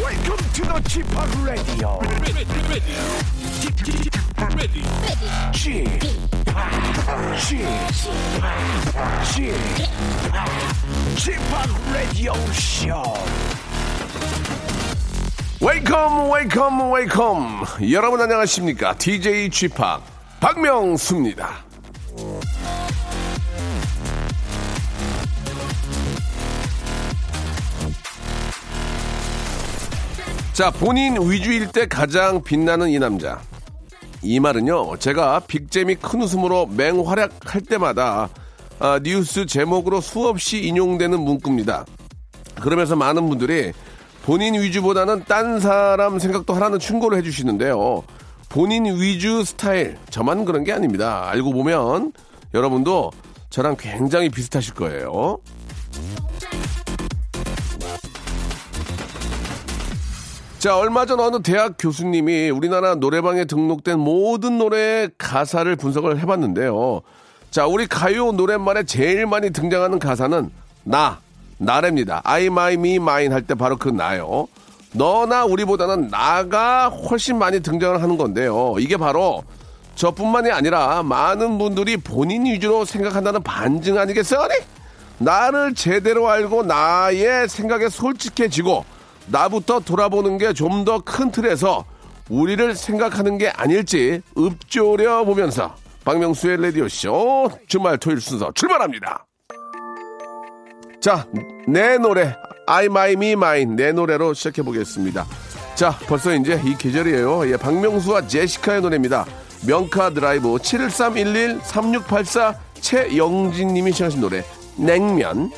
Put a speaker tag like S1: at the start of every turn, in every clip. S1: Welcome to the g p o p Radio.
S2: ready, ready, ready, ready.
S1: g p o p g p o p g p o p Radio Show.
S3: 웨이컴 웨이컴 웨이컴 여러분 안녕하십니까 DJ g p o p 박명수입니다 자 본인 위주일 때 가장 빛나는 이 남자 이 말은요 제가 빅잼이 큰 웃음으로 맹활약할 때마다 아, 뉴스 제목으로 수없이 인용되는 문구입니다 그러면서 많은 분들이 본인 위주보다는 딴 사람 생각도 하라는 충고를 해주시는데요. 본인 위주 스타일, 저만 그런 게 아닙니다. 알고 보면 여러분도 저랑 굉장히 비슷하실 거예요. 자, 얼마 전 어느 대학 교수님이 우리나라 노래방에 등록된 모든 노래의 가사를 분석을 해봤는데요. 자, 우리 가요 노랫말에 제일 많이 등장하는 가사는 나, 나랍니다. I, my, me, mine 할 때 바로 그 나요. 너나 우리보다는 나가 훨씬 많이 등장을 하는 건데요. 이게 바로 저뿐만이 아니라 많은 분들이 본인 위주로 생각한다는 반증 아니겠어요? 나를 제대로 알고 나의 생각에 솔직해지고 나부터 돌아보는 게 좀 더 큰 틀에서 우리를 생각하는 게 아닐지 읊조려 보면서 박명수의 라디오 쇼 주말 토요일 순서 출발합니다. 자, 내 노래 I My Me Mine 내 노래로 시작해 보겠습니다. 자, 벌써 이제 이 계절이에요. 예, 박명수와 제시카의 노래입니다. 명카 드라이브 71311 3684 최영진 님이 시청하신 노래 냉면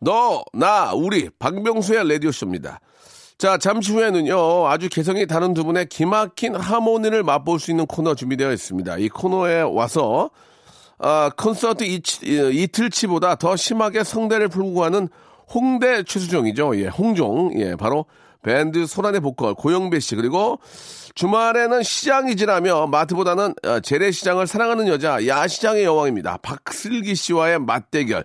S3: 너, 나, 우리 박명수의 라디오쇼입니다. 자, 잠시 후에는요, 아주 개성이 다른 두 분의 기막힌 하모니를 맛볼 수 있는 코너 준비되어 있습니다. 이 코너에 와서, 아, 콘서트 이, 틀치보다더 심하게 성대를 풀고 하는 홍대 최수종이죠. 예, 홍종. 예, 바로 밴드 소란의 보컬 고영배 씨. 그리고 주말에는 시장이지라며 마트보다는 어, 재래시장을 사랑하는 여자 야시장의 여왕입니다. 박슬기 씨와의 맞대결.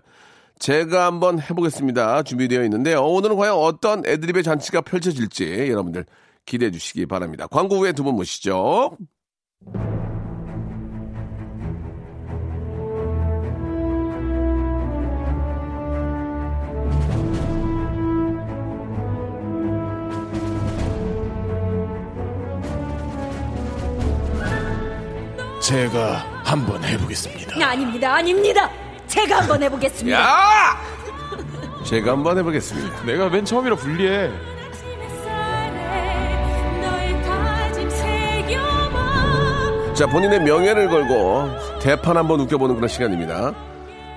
S3: 제가 한번 해보겠습니다. 준비되어 있는데요. 오늘은 과연 어떤 애드립의 잔치가 펼쳐질지 여러분들 기대해 주시기 바랍니다. 광고 후에 두 분 모시죠.
S4: 제가 한번 해보겠습니다.
S5: 네, 아닙니다, 아닙니다. 제가 한번 해보겠습니다.
S3: 야! 제가 한번 해보겠습니다.
S4: 내가 맨 처음이라 불리해.
S3: 자, 본인의 명예를 걸고 대판 한번 웃겨보는 그런 시간입니다.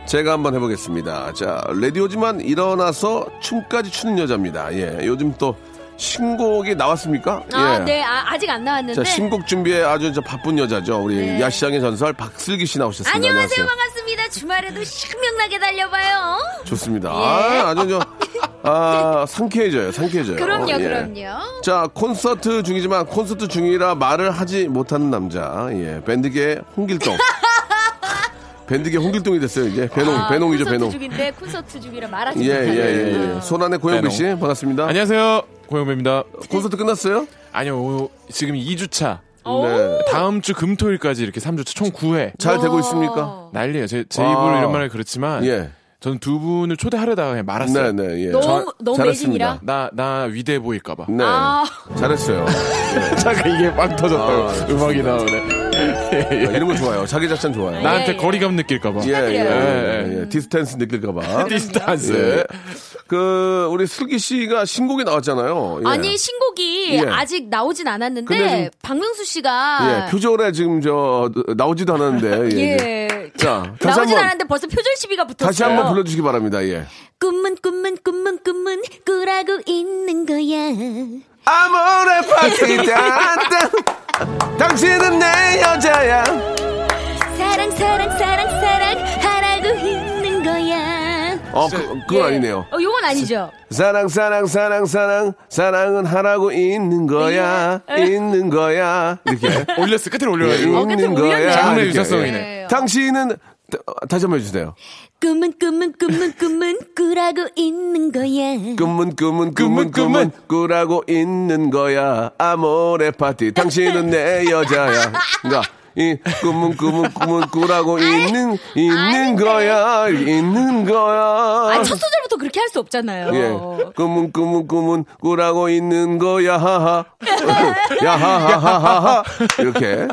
S3: 제가 한번 해보겠습니다. 자, 라디오지만 일어나서 춤까지 추는 여자입니다. 예, 요즘 또 신곡이 나왔습니까?
S5: 아,
S3: 예.
S5: 네, 아, 직안 나왔는데.
S3: 자, 신곡 준비에 아주 이제 바쁜 여자죠. 우리
S5: 네.
S3: 야시장의 전설 박슬기 씨 나오셨습니다.
S5: 안녕하세요, 반갑습니다. 주말에도 신명나게 달려봐요.
S3: 좋습니다. 아, 아주 저, 아, 상쾌해져요, 상쾌해져요.
S5: 예. 그럼요,
S3: 예.
S5: 그럼요.
S3: 자, 콘서트 중이지만 콘서트 중이라 말을 하지 못하는 남자. 예, 밴드계 홍길동. 밴드계 홍길동이 됐어요, 이제. 배농,
S5: 아,
S3: 배농이죠,
S5: 콘서트 아.
S3: 배농.
S5: 중인데 콘서트 중이라 말하지
S3: 예, 예,
S5: 못하는.
S3: 예. 예. 손안의 고영배
S4: 배농.
S3: 씨, 반갑습니다.
S4: 안녕하세요. 고영배입니다.
S3: 콘서트 끝났어요?
S4: 아니요, 오, 지금 2주차.
S5: 오,
S3: 네.
S4: 다음 주 금토일까지 이렇게 3주차 총 9회.
S3: 잘 되고
S5: 와.
S3: 있습니까?
S4: 난리예요. 제, 제
S3: 와.
S4: 입으로 이런 말을 그렇지만
S3: 예.
S4: 저는 두 분을 초대하려다가 그냥 말았어요.
S3: 네, 네, 예.
S5: 너무-
S3: 잘-
S5: 너무
S3: 잘했습니다.
S5: 매진이라?
S4: 나, 나 위대해 보일까 봐.
S3: 네.
S5: 아.
S3: 잘했어요.
S4: 잠깐 이게 빵 터졌다고.
S3: 아,
S4: 음악이 나오네.
S3: 아, 이런 거 좋아요. 자기 자찬 좋아요.
S4: 나한테
S6: 네.
S5: 예, 예.
S4: 거리감 느낄까 봐.
S3: 예, 예,
S4: 축하드려요.
S3: 예, 예. 디스턴스 느낄까봐. 예.
S5: 네.
S4: 디스탄스.
S3: 그, 우리 슬기 씨가 신곡이 나왔잖아요. 예.
S5: 아니 신곡이
S3: 예.
S5: 아직 나오진 않았는데
S3: 근데 지금-
S5: 박명수
S3: 예,
S5: 씨가
S3: 표절에 지금 저, 나오지도 않았는데. 예. 예. 자, 다시
S5: 나오진
S3: 한번,
S5: 않았는데 벌써 표절 시비가 붙었어요.
S3: 다시 한번 불러주시기 바랍니다. 예.
S5: 꿈은 꿈은 꿈은 꿈은 꾸라고 있는 거야.
S3: 아모레 파티 딴딴 당신은 내 여자야.
S5: 사랑 사랑 사랑 사랑 하라고 있는 거야.
S3: 어, 그, 그건 아니네요.
S5: 어, 요건 아니죠.
S3: 사랑, 사랑, 사랑, 사랑, 사랑은 하라고 있는 거야.
S5: 예.
S3: 있는 거야. 이렇게.
S4: 예. 올렸어. 끝에 올려가지고.
S3: 예.
S5: 어, 끝에 올렸네.
S4: 장르의
S3: 이렇게.
S4: 유사성이네.
S3: 당신은 다- 다시 한번 해주세요.
S5: 꿈은 꿈은 꿈은 꿈은 꾸라고 있는 거야.
S3: 꿈은 꿈은 꿈은
S4: 꿈은,
S3: 꿈은
S4: 꿈은.
S3: 꾸라고 있는 거야. 아모레 파티. 당신은 내 여자야. 그러니까 이 꿈은 꿈은 꿈은 꾸라고 있는 있는
S5: 아닌데.
S3: 거야. 있는 거야.
S6: 아니 첫 소절부터 그렇게 할 수 없잖아요.
S3: 예. 꿈은 꿈은 꿈은 꾸라고 있는 거야. 하하. 야하하하하. 이렇게.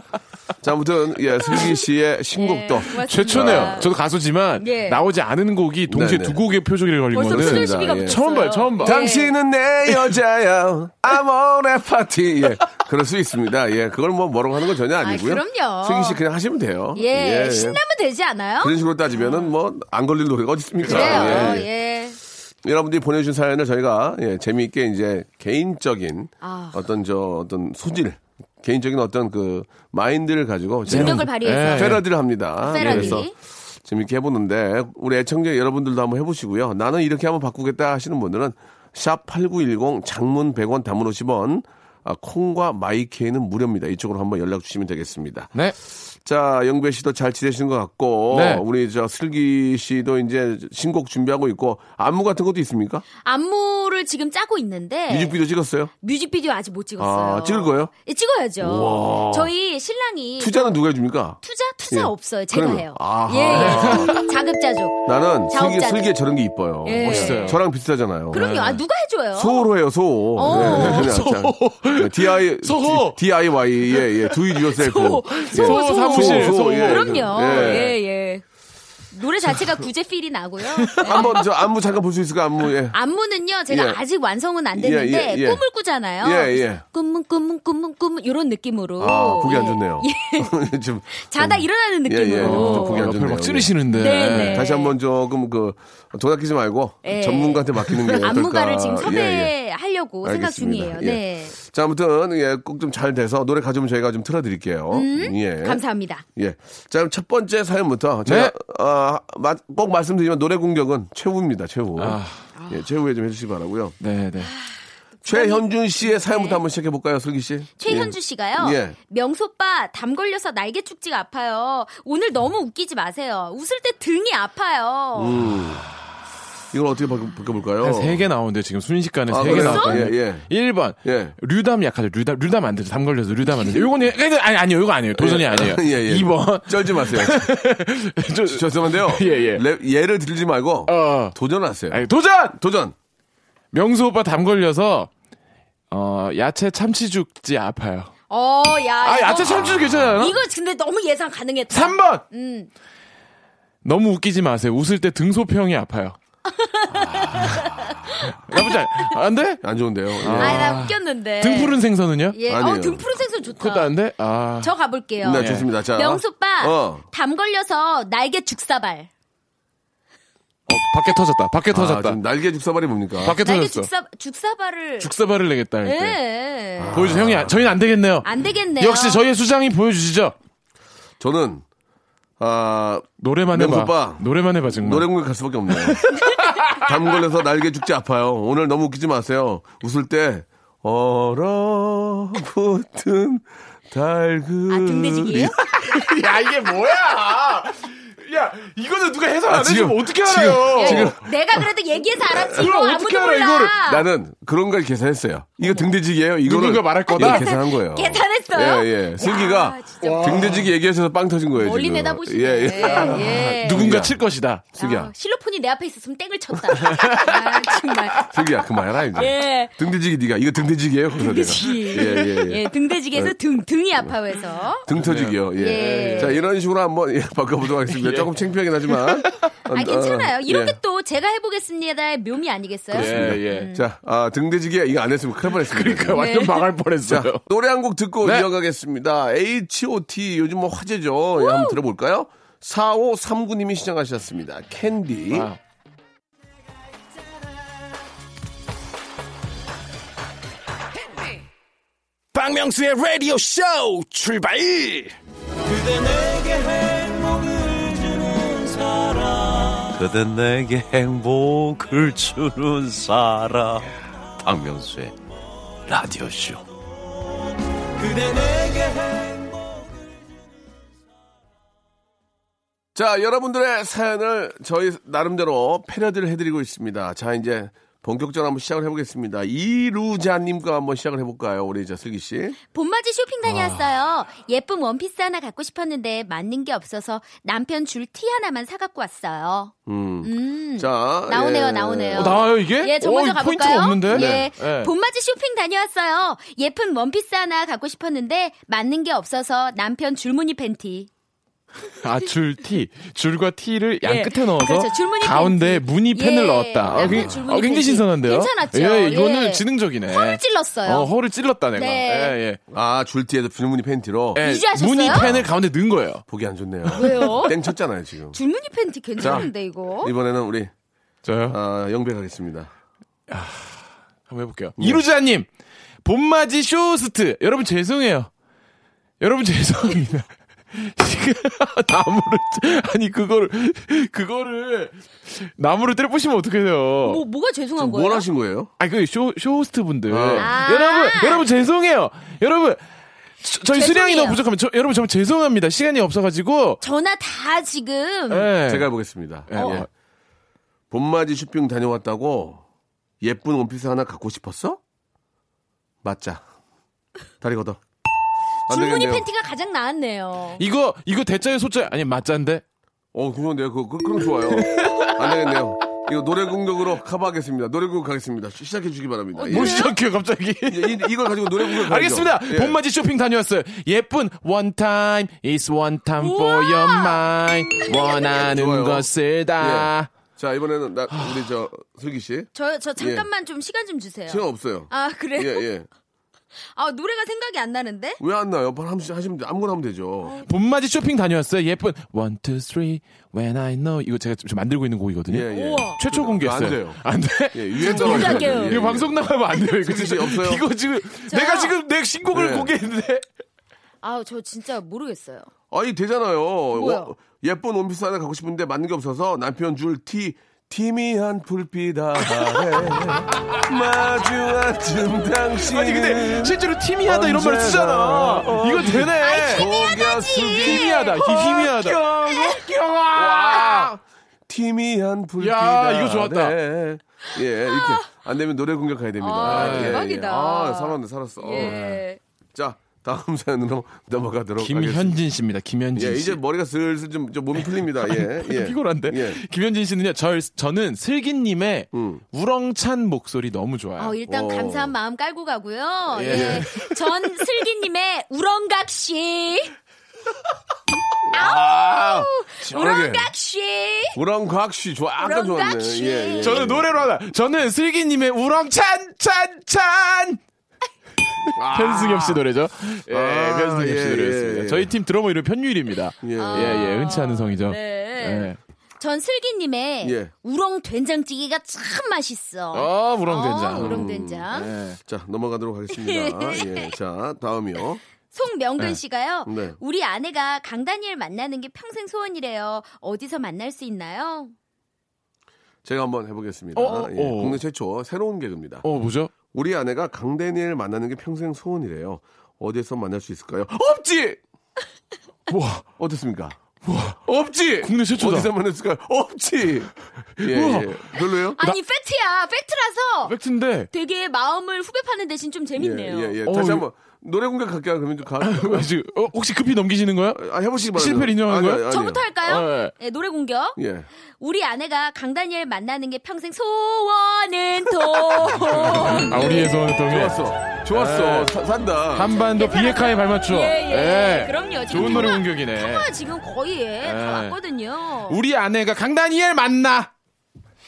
S3: 자, 아무튼 예, 슬기 씨의 신곡도
S6: 고맙습니다.
S4: 최초네요. 저도 가수지만
S6: 아. 예.
S4: 나오지 않은 곡이 동시에
S3: 네네.
S4: 두 곡의 표정이 걸린
S6: 벌써
S4: 거는
S6: 수술 시비가
S3: 예.
S6: 붙었어요.
S4: 처음 봐요, 처음 봐.
S3: 당신은 내 여자야. 아모레 파티. 예. 그럴 수 있습니다. 예. 그걸 뭐 뭐라고 하는 건 전혀 아니고요.
S6: 그럼요.
S3: 승희 씨 그냥 하시면 돼요.
S6: 예, 신나면 되지 않아요?
S3: 그런 식으로 따지면은 뭐 안 걸릴 노래가 어디 있습니까?
S6: 그래요.
S3: 그렇죠. 예, 예.
S6: 예.
S3: 여러분들이 보내주신 사연을 저희가 예, 재미있게 이제 개인적인
S6: 아.
S3: 어떤 저 어떤 소질, 개인적인 어떤 그 마인드를 가지고
S6: 능력을 발휘해서.
S4: 예.
S3: 패러디를 합니다.
S6: 패러디.
S3: 그래서 재밌게 해보는데 우리 애청자 여러분들도 한번 해보시고요. 나는 이렇게 한번 바꾸겠다 하시는 분들은 샵 8910 장문 100원 단문 50원 아, 콩과 마이케이는 무료입니다. 이쪽으로 한번 연락 주시면 되겠습니다.
S4: 네.
S3: 자, 영배 씨도 잘 지내시는 것 같고
S4: 네.
S3: 우리 저 슬기 씨도 이제 신곡 준비하고 있고 안무 같은 것도 있습니까?
S6: 안무를 지금 짜고 있는데
S3: 뮤직비디오 찍었어요?
S6: 뮤직비디오 아직 못 찍었어요.
S3: 아, 찍을 거예요?
S6: 예, 찍어야죠. 저희 신랑이 투자
S3: 투자는 누가 해줍니까?
S6: 투자,
S3: 예.
S6: 없어요. 제가
S3: 그러면-
S6: 해요.
S3: 아하. 네.
S6: 예, 예. 자급자족.
S3: 나는 슬기,
S6: 자업자들.
S3: 슬기의 저런 게 이뻐요.
S6: 예.
S4: 멋있어요.
S3: 저랑 비슷하잖아요.
S6: 그럼요. 아 누가 해줘요?
S3: 네. 소호로 해요, 소호.
S6: 어.
S3: 네, 그냥 자, DI,
S4: 소호.
S3: DIY, 예, 예, do it yourself.
S6: 소호,
S3: 예.
S6: 소호, 소호.
S4: 사무실, 소호.
S3: 예,
S6: 그럼요.
S3: 예.
S6: 예, 예. 노래 자체가 구제 필이 나고요. 예.
S3: 한번 저 안무 잠깐 볼 수 있을까, 안무, 예.
S6: 안무는요, 제가
S3: 예.
S6: 아직 완성은 안 됐는데,
S3: 예, 예, 예.
S6: 꿈을 꾸잖아요.
S3: 예, 예.
S6: 꿈은, 꿈은, 꿈은, 꿈은, 이런 느낌으로.
S3: 아, 보기 안
S6: 예.
S3: 좋네요. 좀,
S6: 자다 일어나는
S3: 예, 예. 좀
S6: 느낌으로.
S3: 보기 안
S4: 옆에
S3: 좋네요.
S4: 막 찌르시는데.
S6: 네, 네.
S3: 다시 한번 조금 그, 도닥기지 말고,
S6: 예.
S3: 전문가한테 맡기는 게 어떨까.
S6: 안무가를
S3: 예,
S6: 지금
S3: 예.
S6: 섭외하려고 생각
S3: 알겠습니다.
S6: 중이에요.
S3: 예.
S6: 네.
S3: 자, 아무튼, 예, 꼭 좀 잘 돼서 노래 가져오면 저희가 좀 틀어드릴게요. 예.
S6: 음? 감사합니다.
S3: 예. 자, 그럼 첫 번째 사연부터. 제가,
S4: 네.
S3: 아, 마- 꼭 말씀드리지만 노래 공격은 최후입니다, 최후.
S4: 아.
S3: 예, 최후에 좀 해주시기
S6: 아,
S3: 바라고요
S4: 네, 네.
S3: 최현준 씨의 사연부터 한번 시작해볼까요, 슬기 씨?
S6: 네. 최현주
S3: 예.
S6: 씨가요.
S3: 예.
S6: 명소빠 담 걸려서 날개 축지가 아파요. 오늘 너무 웃기지 마세요. 웃을 때 등이 아파요.
S3: 예. 이걸 어떻게 바꿔- 바꿔볼까요?
S4: 한 아, 세 개 나오는데 지금 순식간에
S3: 아,
S4: 세 개
S3: 그래요?
S4: 나왔거든요.
S3: 예, 예.
S4: 1번.
S3: 예.
S4: 류담 약하죠. 류담 류담 안 되죠. 담 걸려서 류담 안 되죠. 요거는 아니 아니요. 요거 아니에요. 도전이 아니에요.
S3: 예, 예.
S4: 2번.
S3: 쩔지 마세요.
S4: 저,
S3: 죄송한데요.
S4: 예, 예.
S3: 랩- 예를 들지 말고
S4: 어.
S3: 도전하세요.
S4: 아니, 도전!
S3: 도전!
S4: 명수 오빠 담 걸려서 어, 야채 참치죽지 아파요.
S6: 어, 야.
S4: 아,
S6: 이거-
S4: 야채 참치죽 괜찮아요?
S6: 이거 음. 근데 너무 예상 가능했다.
S4: 3번. 너무 웃기지 마세요. 웃을 때 등소평이 아파요. 아. 나쁘지 않, 아, 안 돼?
S3: 안 좋은데요. 예.
S6: 아, 나 웃겼는데.
S4: 등 푸른 생선은요?
S6: 예.
S3: 아니에요.
S6: 어, 등 푸른 생선 좋다.
S4: 그것도 안 돼? 아.
S6: 저 가볼게요.
S3: 네, 좋습니다. 자.
S6: 예. 명소빠
S3: 어.
S6: 담 걸려서 날개 죽사발.
S4: 어, 밖에 터졌다. 밖에
S3: 아,
S4: 터졌다.
S3: 지금 날개 죽사발이 뭡니까?
S4: 밖에
S6: 날개
S4: 터졌어.
S6: 죽사 죽사발을.
S4: 죽사발을 내겠다. 할 때.
S6: 예.
S4: 보여주세요. 형이, 아- 저희는 안 되겠네요.
S6: 안 되겠네요.
S4: 역시 저희의 수장이 보여주시죠.
S3: 저는, 아,
S4: 노래만 해봐.
S3: 명수 오빠.
S4: 노래만 해봐, 정말.
S3: 노래 공격할 수밖에 없네요. 담 걸려서 날개 죽지 아파요. 오늘 너무 웃기지 마세요. 웃을 때 얼어붙은 달그.
S6: 아, 등대지기예요?
S4: 야, 이게 뭐야! 야, 이거는 누가 그러니까 해설 안
S3: 아, 지금,
S4: 해주면 어떻게
S3: 지금,
S4: 알아요?
S6: 야,
S3: 지금.
S6: 예. 내가 그래도 얘기해서 알았지. 이거
S4: 그걸
S6: 아무도
S4: 어떻게
S6: 몰라.
S4: 알아, 이거를.
S3: 나는 그런 걸 계산했어요. 이거 등대지기예요. 이거를
S4: 누군가 말할 거다?
S3: 예, 계산한 거예요.
S6: 계산했어요?
S3: 예, 예. 슬기가 등대지기 얘기하셔서 빵 터진 거예요.
S6: 멀리
S3: 지금.
S6: 내다보시네.
S3: 예, 예.
S6: 예.
S4: 누군가
S3: 야.
S4: 칠 것이다.
S3: 슬기야,
S6: 아, 실로폰이 내 앞에 있었으면 땡을 쳤다. 아, 정말.
S3: 슬기야 그만해라 이제.
S6: 예.
S3: 등대지기 네가 이거 등대지기예요. 거기서 내가.
S6: 등대지기.
S3: 예, 예, 예.
S6: 예, 등대지기에서 등, 등이 아파해서.
S3: 등 터지기요. 예.
S6: 예.
S3: 자 이런 식으로 한번 예, 바꿔보도록 하겠습니다. 조금 창피하긴 하지만. 어,
S6: 아, 괜찮아요. 이렇게
S3: 예.
S6: 또 제가 해보겠습니다의 묘미 아니겠어요?
S4: 그렇습니다. 예, 예.
S6: 음.
S3: 자, 아, 등대지기 이거 안 했으면 큰일 뻔했습니다.
S4: 그러니까
S6: 네.
S4: 완전 망할
S3: 자,
S4: 뻔했어요.
S3: 노래 한 곡 듣고
S4: 네.
S3: 이어가겠습니다. H.O.T. 요즘 뭐 화제죠. 예, 한번 들어볼까요? 4539님이 시청하셨습니다. 캔디.
S4: 아.
S2: 박명수의 라디오 쇼 출발!
S7: 그대 내게 행복을 주는 사람 박명수의 라디오쇼
S3: 자, 여러분들의 사연을 저희 나름대로 패러디를 해드리고 있습니다. 자, 이제 본격적으로 한번 시작을 해보겠습니다. 이루자님과 한번 시작을 해볼까요? 우리 이제 슬기 씨.
S6: 봄맞이
S3: 아.
S6: 쇼핑 다녀왔어요. 예쁜 원피스 하나 갖고 싶었는데 맞는 게 없어서 남편 줄 티 하나만 사갖고 왔어요.
S3: 음.
S6: 음.
S3: 자.
S6: 나오네요,
S3: 예.
S6: 나오네요.
S4: 어, 나와요, 이게?
S6: 예, 저 먼저
S4: 어, 포인트가
S6: 가볼까요?
S4: 없는데?
S6: 예,
S4: 네.
S6: 봄맞이 쇼핑 다녀왔어요. 예쁜 원피스 하나 갖고 싶었는데 맞는 게 없어서 남편 줄무늬 팬티.
S4: 아, 줄 티. 줄과 티를 양
S6: 예.
S4: 끝에 넣어서
S6: 그렇죠. 줄무늬
S4: 가운데
S6: 팬티.
S4: 무늬 펜을
S6: 예.
S4: 넣었다. 아,
S6: 양쪽
S4: 굉-
S6: 줄무늬
S4: 아, 굉장히
S6: 팬티.
S4: 신선한데요?
S6: 괜찮았죠?
S4: 예, 이거는
S6: 예.
S4: 지능적이네.
S6: 허를 찔렀어요.
S4: 어, 허를 찔렀다, 내가.
S6: 네.
S4: 예,
S3: 아, 줄티에서 줄무늬 팬티로.
S4: 예. 예,
S6: 유지하셨어요?
S4: 무늬 펜을 가운데 넣은 거예요.
S3: 보기 안 좋네요.
S6: 왜요?
S3: 땡 쳤잖아요, 지금.
S6: 줄무늬 팬티 괜찮은데 이거?
S3: 이번에는 우리,
S4: 저요?
S3: 아, 영배가겠습니다.
S4: 어, 한번 해볼게요. 이루자님, 봄맞이 쇼스트. 여러분 죄송해요. 여러분 죄송합니다. 지금 나무를 아니 그거를 그거를 나무를 때려 부시면 어떻게 돼요?
S6: 뭐 뭐가 죄송한 거예요?
S3: 뭘 하신 거예요?
S4: 아니 그쇼 쇼호스트 분들
S3: 아.
S4: 여러분 여러분 죄송해요 여러분 저, 저희 수량이
S6: 죄송해요.
S4: 너무 부족하면 저, 여러분 정말 죄송합니다 시간이 없어가지고
S6: 전화 다 지금
S3: 음,
S4: 예.
S3: 제가 해보겠습니다.
S4: 어.
S3: 예. 봄맞이 쇼핑 다녀왔다고 예쁜 원피스 하나 갖고 싶었어? 맞자. 다리 걷어. 안
S6: 줄무늬
S3: 되겠네요.
S6: 팬티가 가장 나았네요.
S4: 이거 이거 대자에 소자 아니 맞자인데
S3: 어, 궁금한데요. 그거, 그, 그럼 좋아요. 안 되겠네요. 이거 노래 공격으로 커버하겠습니다. 노래 공격 가겠습니다. 시- 시작해 주기 바랍니다. 예.
S4: 뭘 어, 뭐 시작해요 갑자기
S3: 이, 이- 이걸 가지고 노래 공격 가야죠.
S4: 알겠습니다
S3: 예.
S4: 봄맞이 쇼핑 다녀왔어요 예쁜 one time is one time for your mind 원하는
S3: 좋아요. 예.
S4: 것을 다
S3: 자, 이번에는 나, 우리 저, 슬기 씨.
S6: 저, 저 잠깐만 좀 시간 좀 주세요.
S3: 시간 없어요.
S6: 아, 그래요?
S3: 예, 예.
S6: 아, 노래가 생각이 안 나는데?
S3: 왜 안 나요? 바로 하시- 하시면, 돼. 아무거나 하면 되죠.
S4: 봄맞이 쇼핑 다녀왔어요 예쁜 one two three when I know 이거 제가 지금 만들고 있는 곡이거든요
S3: 예, 예.
S6: 우와.
S4: 최초 공개했어요
S3: 안 돼요.
S4: 안 돼?
S3: 예, 유엔 떨어져요.
S6: 공개할게요.
S4: 이거 방송 나가면 안 돼요. 이거
S3: 솔직히
S4: 진짜
S3: 없어요?
S4: 이거 지금 내가 지금 내 신곡을
S3: 네.
S4: 공개했는데
S6: 아, 저 진짜 모르겠어요.
S3: 아니 되잖아요.
S6: 뭐야?
S3: 어, 예쁜 원피스 하나 갖고 싶은데 맞는 게 없어서 남편 줄티 티미한 불빛 아래 마주앉은 당신.
S4: 아니
S6: 예.
S4: 근데 실제로 티미하다 이런 말을 쓰잖아. 이거 되네.
S6: 아,
S4: 티미하다. 희미하다.
S6: 어,
S3: 티미한 불빛
S4: 아. 야, 이거 좋았다.
S3: 아래. 예 이렇게 안 되면 노래 공격해야 됩니다.
S6: 아,
S3: 예, 예.
S6: 대박이다.
S3: 아 살았네 살았어.
S6: 예.
S3: 자 다음 사연으로 넘어가도록 하겠습니다.
S4: 김현진 씨입니다. 김현진
S3: 예
S4: 씨.
S3: 이제 머리가 슬슬 좀, 좀 몸이 풀립니다. 예, 예.
S4: 피곤한데.
S3: 예.
S4: 김현진 씨는요. 저, 저는 슬기님의
S3: 음.
S4: 우렁찬 목소리 너무 좋아요.
S6: 어, 일단
S3: 오.
S6: 감사한 마음 깔고 가고요.
S4: 예.
S6: 예. 전 슬기님의 우렁각시.
S3: 시원하게.
S6: 우렁각시.
S3: 우렁곽씨 좋아. 아까 좋았네.
S6: 우렁곽씨.
S3: 예, 예.
S4: 저는 노래로 하나. 저는 슬기님의 우렁찬 찬찬. 편승엽 씨 노래죠. 예,
S3: 아,
S4: 편승엽 씨
S3: 예,
S4: 노래였습니다.
S3: 예, 예.
S4: 저희 팀 드러머 이름 편유일입니다.
S3: 예.
S4: 예, 예, 흔치 않은 성이죠.
S6: 아. 네.
S4: 예.
S6: 전 슬기님의
S3: 예.
S6: 우렁 된장찌개가 참 맛있어.
S4: 아, 우렁된장.
S6: 어, 우렁 된장.
S3: 음.
S4: 예.
S3: 자 넘어가도록 하겠습니다. 예, 자 다음이요.
S6: 송명근 씨가요.
S3: 네.
S6: 우리 아내가 강다니엘 만나는 게 평생 소원이래요. 어디서 만날 수 있나요?
S3: 제가 한번 해보겠습니다.
S4: 어?
S3: 예,
S4: 어.
S3: 국내 최초 새로운 개그입니다.
S4: 어, 뭐죠?
S3: 우리 아내가 강대니엘 만나는 게 평생 소원이래요. 어디에서 만날 수 있을까요? 없지.
S4: 와,
S3: 어떻습니까? 없지.
S4: 국내 최초다.
S3: 어디서 만날 수 있을까요? 없지. 예,
S4: 우와.
S3: 예. 별로예요?
S6: 아니 팩트야. 팩트라서
S4: 팩트인데.
S6: 되게 마음을 후벼파는 대신 좀 재밌네요.
S3: 예, 예, 예.
S4: 어,
S3: 다시
S4: 이거-
S3: 한번 노래 공격 갈게요. 그러면 좀 가.
S4: 지금, 어, 혹시 급히 넘기시는 거예요?
S3: 아, 해보시기 바랍니다.
S4: 실패를 인정한
S3: 아니요,
S4: 거예요?
S3: 아니요. 어,
S6: 저부터 할까요?
S4: 아, 예.
S6: 예, 노래 공격.
S3: 예.
S6: 우리 아내가 강다니엘 만나는 게 평생 소원은 돈.
S4: 아, 우리의 소원을 통해.
S3: 좋았어. 좋았어.
S4: 예.
S3: 사- 산다.
S4: 한반도 비핵화에 발맞춰.
S6: 예, 예.
S4: 예.
S6: 그럼요. 지금
S4: 좋은 노래
S6: 통화-
S4: 공격이네.
S6: 통화 지금 거의 예,
S4: 예.
S6: 다 왔거든요.
S4: 우리 아내가 강다니엘 만나.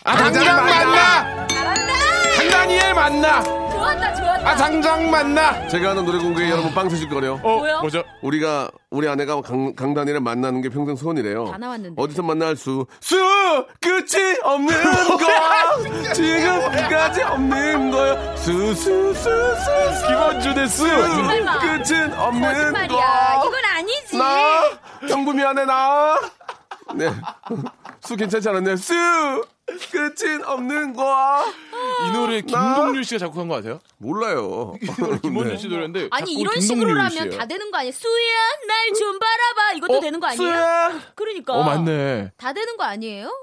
S4: 아, 당장 만나.
S6: 잘한다.
S4: 강다니엘 만나.
S6: 좋았다, 좋았다.
S4: 아, 당장 만나.
S3: 제가 하는 노래 공개에 여러분 빵 쓰실 거래요.
S4: 어,
S6: 뭐요?
S4: 뭐죠?
S3: 우리가 우리 아내가 강, 강단이를 만나는 게 평생 소원이래요.
S6: 다 나왔는데.
S3: 어디서 만날 수? 수 끝이 없는 거 지금까지 없는 거요. 수수수수
S4: 김원주 대수.
S6: 거짓말 마.
S3: 끝은 없는
S6: 거짓말이야.
S3: 거.
S6: 이건 아니지.
S3: 나 정부 미안해 나. 네. 수 괜찮지 않았네. 수 끝은 없는 거.
S4: 이 노래 김동률 씨가 작곡한 거 아세요?
S3: 몰라요.
S4: 김원준
S3: 네.
S4: 씨
S6: 아니
S4: 노래인데 작곡이
S6: 이런
S4: 김동률
S6: 식으로라면
S4: 씨예요.
S6: 다 되는 거 아니야? 수야 날 좀 바라봐 이것도
S4: 어?
S6: 되는 거 아니에요?
S4: 수야!
S6: 그러니까.
S4: 어 맞네.
S6: 다 되는 거 아니에요?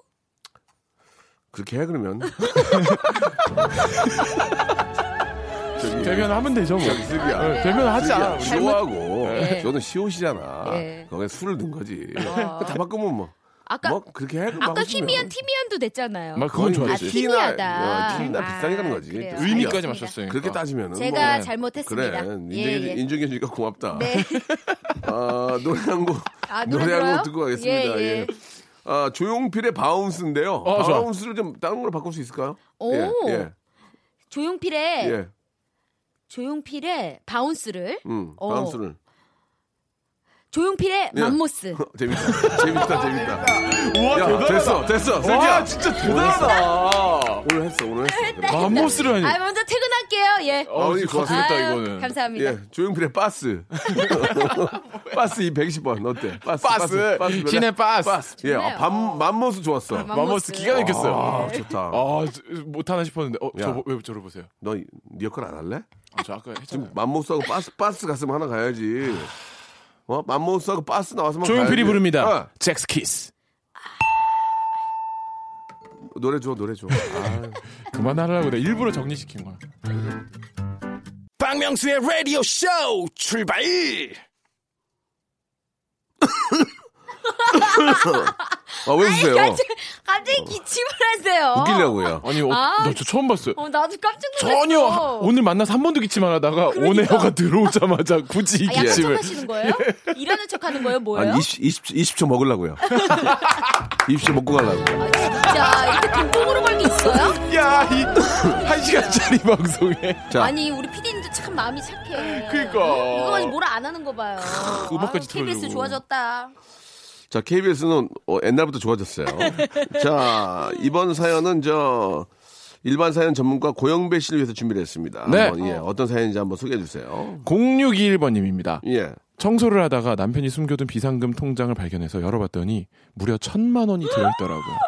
S3: 그렇게 해 그러면.
S6: 어.
S3: 저기,
S4: 되면 하면 되죠 뭐.
S6: 아,
S3: 슬기야.
S4: 어, 되면 하자. 뭐,
S3: 슬기야, 시호하고
S6: 네. 예.
S3: 저는 시옷이잖아.
S6: 예.
S3: 거기에 술을 넣은 거지. 다 바꾸면 뭐.
S6: 아까
S3: 뭐 그렇게 해.
S6: 아까 희미한 티미안도 됐잖아요.
S4: 막 그건
S3: 거의
S4: 좋아했지.
S3: 티나,
S6: 희미하다.
S3: 어, 티나
S6: 아,
S3: 비싸게 가는 거지.
S6: 그래요.
S3: 또
S4: 의미까지 그러니까.
S6: 알겠습니다.
S4: 맞췄으니까.
S3: 그렇게 따지면은
S6: 제가
S3: 뭐. 그래
S6: 잘못했습니다. 예,
S3: 인정해, 인정해 주니까 고맙다.
S6: 네.
S3: 아, 노래 한 곡,
S6: 아, 노래
S3: 노래, 한
S6: 들어요?
S3: 곡 듣고 가겠습니다.
S6: 예,
S3: 예,
S6: 예.
S3: 아, 조용필의 바운스인데요.
S4: 어, 좋아.
S3: 바운스를 좀 다른 걸로 바꿀 수 있을까요?
S6: 오. 네.
S3: 예, 예,
S6: 조용필의
S3: 예.
S6: 조용필의 바운스를
S3: 음,
S6: 어,
S3: 바운스를.
S6: 조용필의
S3: 예.
S6: 맘모스
S3: 재밌다, 재밌다, 재밌다.
S4: 우와
S3: 야,
S4: 대단하다.
S3: 됐어, 됐어.
S4: 와
S3: 세지야.
S4: 진짜 대단하다.
S3: 오늘 했어, 오늘 했어. 그래.
S4: 맘모스를 하니.
S6: 아 먼저 퇴근할게요. 예.
S4: 어,
S3: 어이,
S4: 진짜 거슬렸다
S6: 아유,
S4: 이거는.
S6: 감사합니다.
S3: 예, 조용필의 바스. 바스 210번, 어때? 바스.
S4: 빠스. 신의 빠스.
S3: 예, 아, 밤, 맘모스 좋았어.
S4: 맘모스 기가 막혔어요.
S3: 아,
S4: 아,
S3: 좋다.
S4: 저- 못하나 싶었는데 어,
S3: 야.
S4: 저, 왜 저를 보세요?
S3: 너, 네 역할 안 할래?
S4: 아, 저 아까 했잖아요.
S3: 맘모스하고 바스, 바스 갔으면 하나 가야지. 어, 맘모스하고 바스 나왔으면
S4: 어, 조용필이
S3: 가야지.
S4: 부릅니다.
S3: 아,
S4: 잭스 키스.
S3: 노래 줘, 노래 줘. 아,
S4: 그만하라고 내가 일부러 정리시킨 거야.
S2: 박명수의 라디오 쇼 출발!
S3: 아, 왜 웃으세요? 어.
S6: 갑자기 기침을 하세요.
S3: 웃기려고요.
S4: 아니, 어,
S6: 아,
S4: 나저 처음 봤어요.
S6: 어, 나도 깜짝 놀랐어. 아,
S4: 전혀 하- 오늘 만나서 한 번도 기침 안 하다가 오네어가 들어오자마자 굳이 이
S6: 아, 약한 척
S4: 기침을.
S6: 하시는 거예요? 일하는 척 하는 거예요? 뭐예요?
S3: 아니, 20, 20, 20초 먹으려고요. 20초 먹고 가려고.
S6: 아, 진짜 이렇게 돈봉으로 걸 게 있어요?
S4: 야, 이 한 시간짜리 방송에
S3: 자,
S6: 아니 우리 PD님도 참 마음이 착해.
S4: 그러니까.
S6: 이거 가지고 뭐라 안 하는 거 봐요.
S4: 음악까지
S6: 아유, KBS
S4: 틀어주고.
S6: 좋아졌다.
S3: 자 KBS는 옛날부터 좋아졌어요. 자, 이번 사연은 저 일반 사연 전문가 고영배 씨를 위해서 준비를 했습니다.
S4: 네.
S3: 한번, 예, 어떤 사연인지 한번 소개해 주세요.
S4: 0621번님입니다.
S3: 예.
S4: 청소를 하다가 남편이 숨겨둔 비상금 통장을 발견해서 열어봤더니 무려 천만 원이 들어있더라고요.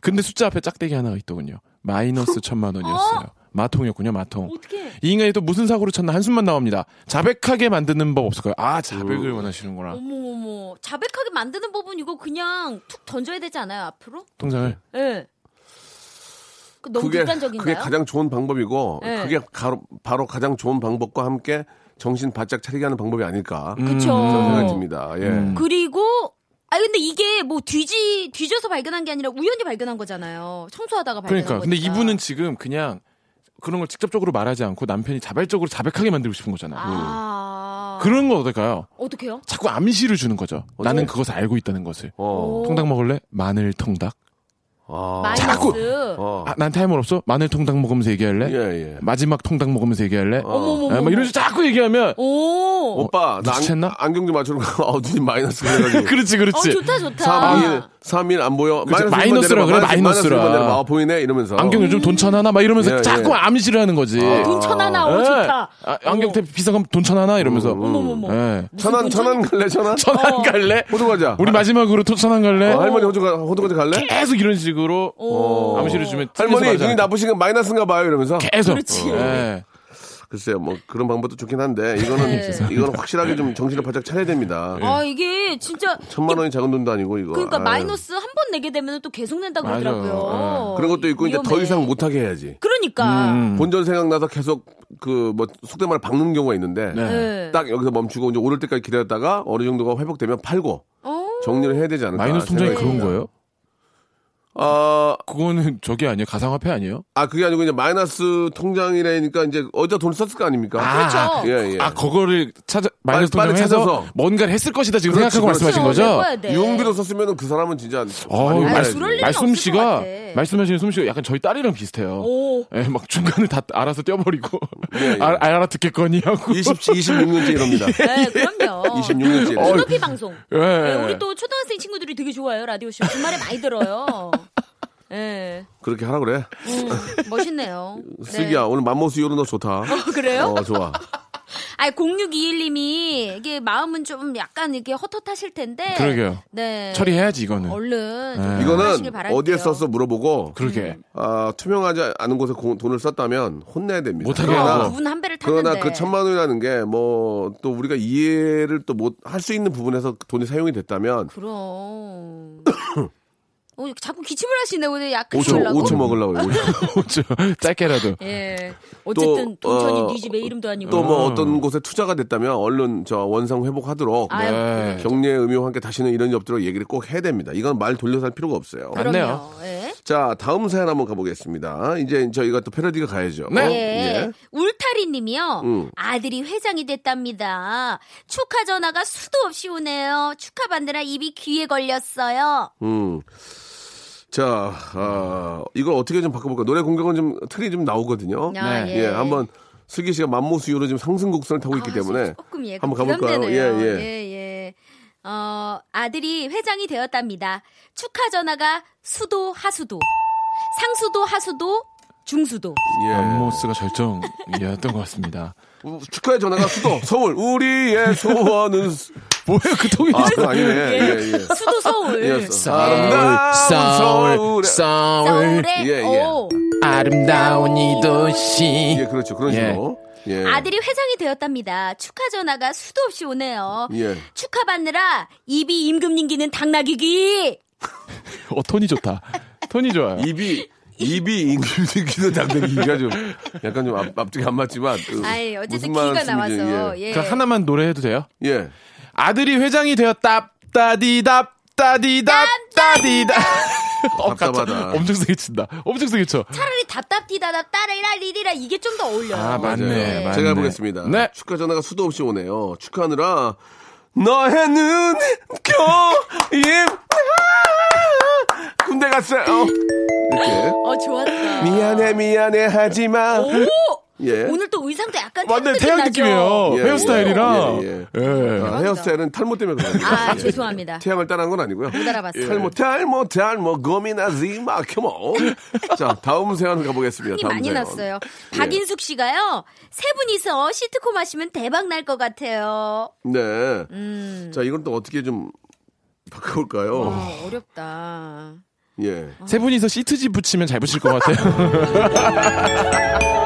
S4: 근데 숫자 앞에 짝대기 하나가 있더군요. 마이너스 천만 원이었어요. 마통이었군요, 마통.
S6: 어떻게?
S4: 이 인간이 또 무슨 사고를 쳤나 한숨만 나옵니다. 자백하게 만드는 법 없을까요? 아, 자백을 원하시는구나.
S6: 어머 어머 자백하게 만드는 법은 이거 그냥 툭 던져야 되지 않아요 앞으로?
S4: 통장을.
S6: 예. 그 너무
S3: 그게
S6: 극단적인가요?
S3: 그게 가장 좋은 방법이고
S6: 네.
S3: 그게 가로- 바로 가장 좋은 방법과 함께 정신 바짝 차리게 하는 방법이 아닐까
S4: 음.
S3: 그런 생각이
S6: 음, 그렇죠.
S3: 듭니다. 예.
S6: 그리고 아 근데 이게 뭐 뒤지 뒤져서 발견한 게 아니라 우연히 발견한 거잖아요. 청소하다가 발견한
S4: 그러니까.
S6: 거니까.
S4: 근데 이분은 지금 그냥 그런 걸 직접적으로 말하지 않고 남편이 자발적으로 자백하게 만들고 싶은 거잖아요.
S6: 아
S4: 음. 그런 건 어떨까요?
S6: 어떻게요?
S4: 자꾸 암시를 주는 거죠. 나는 그것을 알고 있다는 것을.
S3: 어.
S4: 통닭 먹을래? 마늘 통닭.
S3: 아.
S6: 마이너스.
S3: 어.
S4: 아, 난 타이머 없어? 마늘 통닭 먹으면서 얘기할래?
S3: 예, 예.
S4: 마지막 통닭 먹으면서 얘기할래?
S6: 어머머머.
S4: 아, 막 이런 식으로 어, 자꾸
S3: 어.
S4: 얘기하면
S6: 오.
S3: 오빠, 나
S4: 눈치챘나?
S3: 안, 경좀 맞추는 거. 어, 눈이 마이너스 그래가지고.
S4: 그렇지
S6: 어
S4: 그렇지.
S6: 좋다 좋다.
S3: 3일, 3일 안 보여. 마이너스
S4: 그치,
S3: 일번
S4: 마이너스라
S3: 내려봐,
S4: 그래,
S3: 마이너스 일번
S4: 마이너스라.
S3: 내려봐. 아, 보이네? 이러면서.
S4: 안경 요즘 돈 천 하나 막 이러면서
S3: 예,
S4: 자꾸
S3: 예.
S4: 암시를 하는 거지.
S6: 돈 천하나 오
S4: 예.
S6: 좋다.
S4: 아, 안경
S3: 어.
S4: 테 비싼 거 돈 천 하나 이러면서.
S6: 어머머머.
S4: 예.
S3: 천안, 천안 갈래, 천안?
S6: 어.
S4: 천안 갈래?
S3: 호두 과자.
S4: 우리 네. 마지막으로 또 천안 갈래?
S3: 어, 할머니 호두, 가- 호두 과자 갈래?
S4: 계속 이런 식으로
S6: 어. 오.
S4: 암시를 주면
S3: 어. 할머니,
S4: 찔려서
S3: 눈이 네.
S4: 말하잖아.
S3: 나쁘신가 마이너스인가 봐요. 이러면서.
S4: 계속.
S6: 그렇지.
S4: 예.
S3: 글쎄요, 뭐, 그런 방법도 좋긴 한데, 이거는, 이거는 확실하게 좀 정신을 바짝 차려야 됩니다. 네.
S6: 아 이게 진짜
S3: 천만 원이 작은 돈도 아니고, 이거.
S6: 그러니까
S3: 예. 아유. 예.
S6: 마이너스 한 번 내게 되면 또 계속 낸다
S4: 맞아요.
S6: 그러더라고요.
S3: 예. 그런 것도 있고, 이제 더
S6: 위험해.
S3: 이상 못하게 음, 해야지.
S6: 그러니까.
S3: 본전 생각나서 계속, 그, 뭐, 속된 말을 박는 경우가 있는데,
S6: 네.
S3: 음. 딱 여기서 멈추고, 이제 오를 때까지 기다렸다가, 어느 정도가 회복되면 팔고,
S6: 어.
S3: 정리를 해야 되지 않을까.
S4: 마이너스 통장이
S3: 생각이
S4: 그런
S3: 듭니다.
S4: 거예요?
S3: 아,
S4: 그거는 저게 아니에요? 가상화폐 아니에요?
S3: 아 그게 아니고 이제 마이너스 통장이라니까 이제 어디다 돈 썼을 거 아닙니까?
S4: 아,
S6: 그렇죠.
S3: 예, 예.
S4: 아 그거를 찾아 마이너스
S3: 빨리
S4: 통장을 해서
S3: 찾아서.
S4: 뭔가를 했을 것이다 지금 생각하고
S3: 그렇지,
S4: 말씀하신
S3: 그렇지.
S4: 거죠?
S6: 해봐야 돼.
S3: 유흥비로 썼으면 그 사람은 진짜
S6: 뭐,
S4: 어,
S3: 많이
S4: 말,
S3: 받아야지.
S6: 그럴 일은
S4: 말씀씨가
S6: 없을 것 같아.
S4: 말씀하시는 솜씨가 약간 저희 딸이랑 비슷해요.
S6: 오.
S4: 예, 막 중간에 다 알아서 떼어버리고
S3: 예, 예.
S4: 알, 알아듣겠거니 하고.
S3: 20, 26년째 이럽니다.
S6: 네, 그럼요.
S3: 26년째. 이래요.
S6: 눈높이 방송.
S4: 예.
S6: 네, 우리 또 초등학생 친구들이 되게 좋아요 라디오 쇼. 주말에 많이 들어요. 예,
S3: 그렇게 하라 그래.
S6: 음, 멋있네요. 네.
S3: 아- 슬기야 오늘 맘모스 요로 너 좋다.
S6: 그래요?
S3: 어 좋아.
S6: 아니 0621님이 이게 마음은 좀 약간 이게 헛헛하실 텐데.
S4: 그러게요.
S6: 네.
S4: 처리해야지 이거는.
S6: 얼른. 좀
S4: 네.
S3: 예.
S6: 하시길
S3: 이거는
S6: 바랄게요.
S3: 어디에 썼어 물어보고
S6: 네.
S4: 그러게.
S3: 아, 투명하지 않은 곳에 공- 돈을 썼다면 혼내야 됩니다.
S4: 못하게
S3: 그러나,
S4: 하고.
S6: 어, 문한 배를 탔는데.
S3: 그러나 그 천만 원이라는 게 뭐 또 우리가 이해를 또 못 할 수 있는 부분에서 돈이 사용이 됐다면
S6: 그럼. 어, 자꾸 기침을 하시네 오늘 약간
S3: 5초
S6: 놀라고.
S3: 5초 먹으려고 요
S4: 저 짧게라도.
S6: 예. 어쨌든
S3: 또,
S6: 동천이
S3: 어,
S6: 네 집의 이름도 아니고.
S3: 또 뭐
S4: 음.
S3: 어떤 곳에 투자가 됐다면 얼른 저 원상 회복하도록
S6: 아유, 예.
S4: 네.
S3: 경례의 의미와 함께 다시는 이런 일 없도록 얘기를 꼭 해야 됩니다. 이건 말 돌려서 할 필요가 없어요.
S4: 안 돼요.
S6: 그럼요. 예.
S3: 자 다음 사연 한번 가보겠습니다. 이제 저희가 또 패러디가 가야죠.
S4: 네.
S6: 예.
S3: 예.
S6: 울타리 님이요.
S3: 음.
S6: 아들이 회장이 됐답니다. 축하 전화가 수도 없이 오네요. 축하받느라 입이 귀에 걸렸어요.
S3: 음. 자, 아, 이걸 어떻게 좀 바꿔볼까? 노래 공격은 좀 틀이 좀 나오거든요.
S6: 아,
S4: 네.
S3: 예, 한번 슬기 씨가 만모수유로 지금 상승 곡선을 타고 있기
S6: 아,
S3: 때문에
S6: 조금 예,
S3: 한번 가볼까요?
S6: 부담되네요.
S3: 예, 예.
S6: 예, 예. 어, 아들이 회장이 되었답니다. 축하 전화가 수도 하수도. 상수도 하수도 중수도.
S3: 예.
S4: 암모스가 절정이었던 것 같습니다.
S3: 우- 축하의 전화가 수도 서울 우리의 소원은 수-
S4: 뭐예요 그 통이?
S3: 아 그거 아니네. 예, 예.
S6: 수도 서울. 네,
S3: 예.
S4: 서울, 서울, 서울,
S6: 서울에
S3: 예, 예.
S6: 오.
S4: 아름다운 이 도시.
S3: 예, 그렇죠. 그런
S4: 예.
S3: 식으로. 예.
S6: 아들이 회장이 되었답니다. 축하 전화가 수도 없이 오네요.
S3: 예.
S6: 축하받느라 입이 임금 님기는 당나귀기.
S4: 어 톤이 좋다. 톤이 좋아요.
S3: 입이 입이 인기도 당당히 귀가 좀 약간 좀 앞, 앞쪽이 안 맞지만. 그
S6: 아이 어쨌든
S3: 무슨
S6: 귀가
S3: 말씀인지,
S6: 나와서
S3: 예.
S6: 예.
S4: 그 하나만 노래해도 돼요?
S3: 예.
S4: 아들이 회장이 되었다. 따디답 따디답 따디답. 어, 깜짝-
S3: 답답하다.
S4: 엄청 세게 친다. 엄청 세게 쳐.
S6: 차라리 답답디다답 따리라 리리라 이게 좀 더 어울려요.
S4: 아, 맞- 맞네,
S3: 맞아요.
S4: 맞네.
S3: 제가 해보겠습니다.
S4: 네.
S3: 축하 전화가 수도 없이 오네요. 축하하느라 너의 눈, 교, 입, 아! 군대 갔어요. 이렇게.
S6: 어 좋았다.
S3: 미안해, 미안해, 하지 마.
S6: 오!
S3: 예.
S6: 오늘 또 의상도 약간 태양
S4: 완전
S6: 느낌
S4: 태양
S6: 나죠?
S4: 느낌이에요.
S3: 예,
S4: 헤어스타일이랑.
S3: 예, 예.
S4: 예.
S3: 아, 헤어스타일은 탈모 때문에 그래요.
S6: 아 죄송합니다.
S3: 태양을 따라한 건 아니고요. 예.
S6: 못 알아봤어요.
S3: 탈모, 탈모, 탈모, 고민하지 마, 컴온. 자, 다음 세안 가보겠습니다.
S6: 예. 힘이
S3: 다음
S6: 많이
S3: 세안.
S6: 났어요. 박인숙 씨가요. 세 분이서 시트콤 하시면 대박 날 것 같아요.
S3: 네. 자, 이건 또 어떻게 좀 바꿔볼까요?
S6: 음. 어, 어렵다.
S3: 예.
S4: 세 분이서 시트지 붙이면 잘 붙일 것 같아요.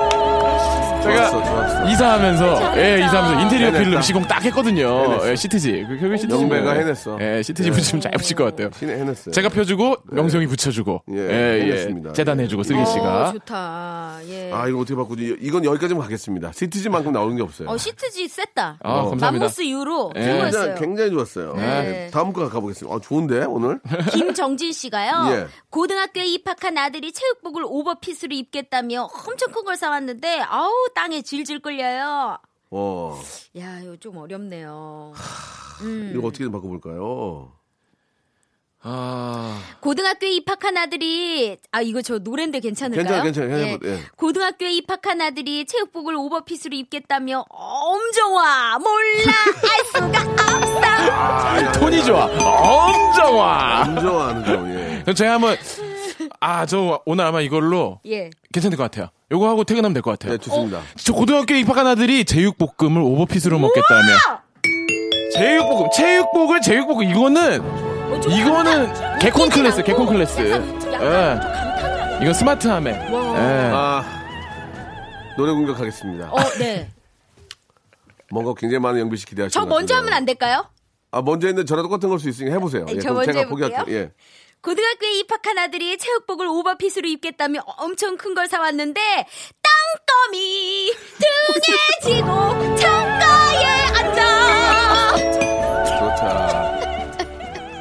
S3: 좋았어, 좋았어.
S4: 이사하면서 예, 이사하면서 인테리어
S3: 해냈다.
S4: 필름 시공 딱 했거든요.
S3: 해냈어.
S4: 예, 시트지. 그 결국 시트지.
S3: 영배가 해냈어.
S4: 예, 시트지 붙이면 잘 붙일 것 같아요.
S3: 신해 해냈어요.
S4: 제가 펴주고 명성이 붙여주고
S3: 예,
S4: 예,
S3: 해냈습니다.
S4: 예, 재단해주고 슬기
S6: 어,
S4: 씨가
S6: 좋다. 예.
S3: 아 이거 어떻게 바꾸지? 이건 여기까지만 가겠습니다. 시티즈만큼 나오는 게 없어요. 네.
S6: 어 시트지 셌다.
S4: 아 감사합니다.
S6: 맘모스 이후로
S4: 예.
S3: 굉장히,
S6: 최고였어요.
S3: 굉장히 좋았어요. 네. 다음 거 가보겠습니다. 아 좋은데 오늘?
S6: 김정진 씨가요.
S3: 예.
S6: 고등학교에 입학한 아들이 체육복을 오버핏으로 입겠다며 엄청 큰 걸 사왔는데 아우 땅에 질질 끌려요.
S3: 어
S6: 야 이거 좀 어렵네요. 음.
S3: 이거 어떻게 좀 바꿔볼까요?
S4: 아
S6: 고등학교에 입학한 아들이 아 이거 저 노랜데 괜찮을까요?
S3: 괜찮아요, 괜찮아요.
S6: 예.
S3: 예.
S6: 고등학교에 입학한 아들이 체육복을 오버핏으로 입겠다며 엄정화 몰라 알 수가 없어.
S4: 톤이 좋아. 엄정화.
S3: 안좋아하는 거 예.
S4: 그럼 제가 한번 아 저 오늘 아마 이걸로
S6: 예.
S4: 괜찮을 것 같아요. 요거 하고 퇴근하면 될 것 같아요.
S3: 네
S6: 어.
S3: 좋습니다.
S4: 저 고등학교 입학한 아들이 제육볶음을 오버핏으로 먹겠다며. 제육볶음, 제육볶을 제육볶음 이거는
S6: 어, 좀
S4: 이거는 개콘 클래스, 개콘 클래스.
S6: 약간,
S4: 예.
S6: 좀 감탄을 하는.
S4: 이건 스마트함에. 예.
S3: 아 노래 공격하겠습니다.
S6: 네. 어, 네.
S3: 뭔가 굉장히 많은 영비 씨 기대하시는
S6: 저
S3: 것
S6: 먼저
S3: 같은데요.
S6: 하면 안 될까요?
S3: 아 먼저 했는데 저랑 똑같은 걸 수 있으니까 해보세요.
S6: 네,
S3: 예,
S6: 저
S3: 그럼
S6: 먼저
S3: 제가
S6: 해볼게요.
S3: 포기할게요. 예.
S6: 고등학교에 입학한 아들이 체육복을 오버핏으로 입겠다며 엄청 큰 걸 사왔는데 땅거미 등에 지고 창가에 앉아
S3: 좋다.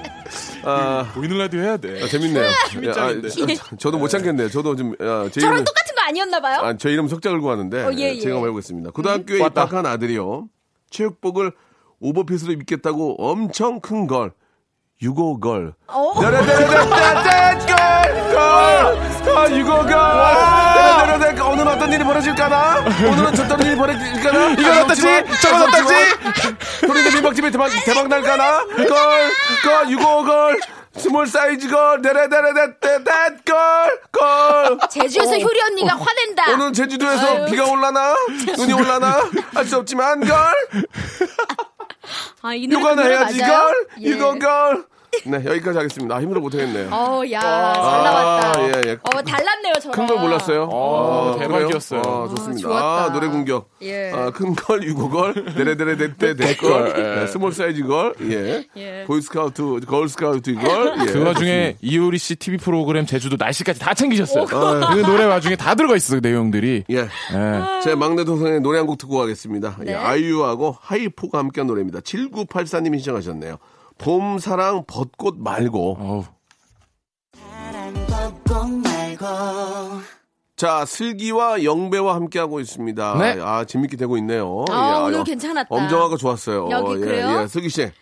S3: 아,
S4: 보이는 라디오 해야 돼.
S3: 아, 재밌네요. 예,
S4: 짱인데.
S3: 저- 저- 저도 못 참겠네요. 저도 좀 아, 제
S6: 저랑
S3: 이름은
S6: 똑같은 거 아니었나 봐요?
S3: 아, 제 이름 석자 걸고 하는데
S6: 어, 예, 예.
S3: 제가 한번 해보겠습니다. 고등학교에
S4: 왔다.
S3: 입학한 아들이요. 체육복을 오버핏으로 입겠다고 엄청 큰 걸. 유고걸.
S6: 어?
S3: 따라따라따따따, 걸, 걸. 아, 유고걸. 따라따라따, 어느 날 어떤 일이 벌어질까나? 오늘은 저떤 일이 벌어질까나? 이건
S4: 어떠지? 저건 어떠지?
S3: 우리네 민박집에 대박, 대박 날까나? 걸, 걸, 유고 걸, 스몰 사이즈 걸, 데레데레데데데 걸, 걸.
S6: 제주에서
S3: 어.
S6: 효리 언니가 화낸다.
S3: 오늘은 제주도에서 비가 올라나? 눈이 올라나? 알 수 없지만 걸,
S6: 아, 이 노래
S3: 요가나
S6: 그 노래
S3: 해야지
S6: 맞아요?
S3: 걸,
S6: 예.
S3: 유고 걸. 네, 여기까지 하겠습니다. 아, 힘들어 못하겠네요.
S6: 어, 야, 잘 나왔다.
S3: 아, 예, 예.
S6: 어, 달랐네요, 저랑.
S3: 큰 걸 몰랐어요.
S4: 어,
S3: 아,
S4: 대박이었어요.
S3: 그래요? 아, 좋습니다.
S6: 아, 좋았다.
S3: 아, 노래 공격.
S6: 예.
S3: 아, 큰 걸, 유고걸, 데레데레데떼, 데걸, 네, 스몰 사이즈 걸, 예.
S6: 예.
S3: 보이스카우트, 걸스카우트 걸. 예.
S4: 그 와중에 이효리 씨 TV 프로그램 제주도 날씨까지 다 챙기셨어요. 그 노래 와중에 다 들어가 있어 그 내용들이.
S3: 예.
S4: 예.
S3: 제 막내 동생의 노래 한 곡 듣고 가겠습니다.
S6: 네.
S3: 예, 아이유하고 하이포가 함께한 노래입니다. 7984님이 신청하셨네요. 봄, 사랑, 벚꽃 말고.
S4: 어우.
S3: 자, 슬기와 영배와 함께하고 있습니다.
S4: 네.
S3: 아, 재밌게 되고 있네요. 예,
S6: 아, 오늘
S3: 어,
S6: 괜찮았다.
S3: 엄정하고 좋았어요.
S6: 여기
S3: 예,
S6: 그래요?
S3: 예, 슬기 씨.
S6: 예?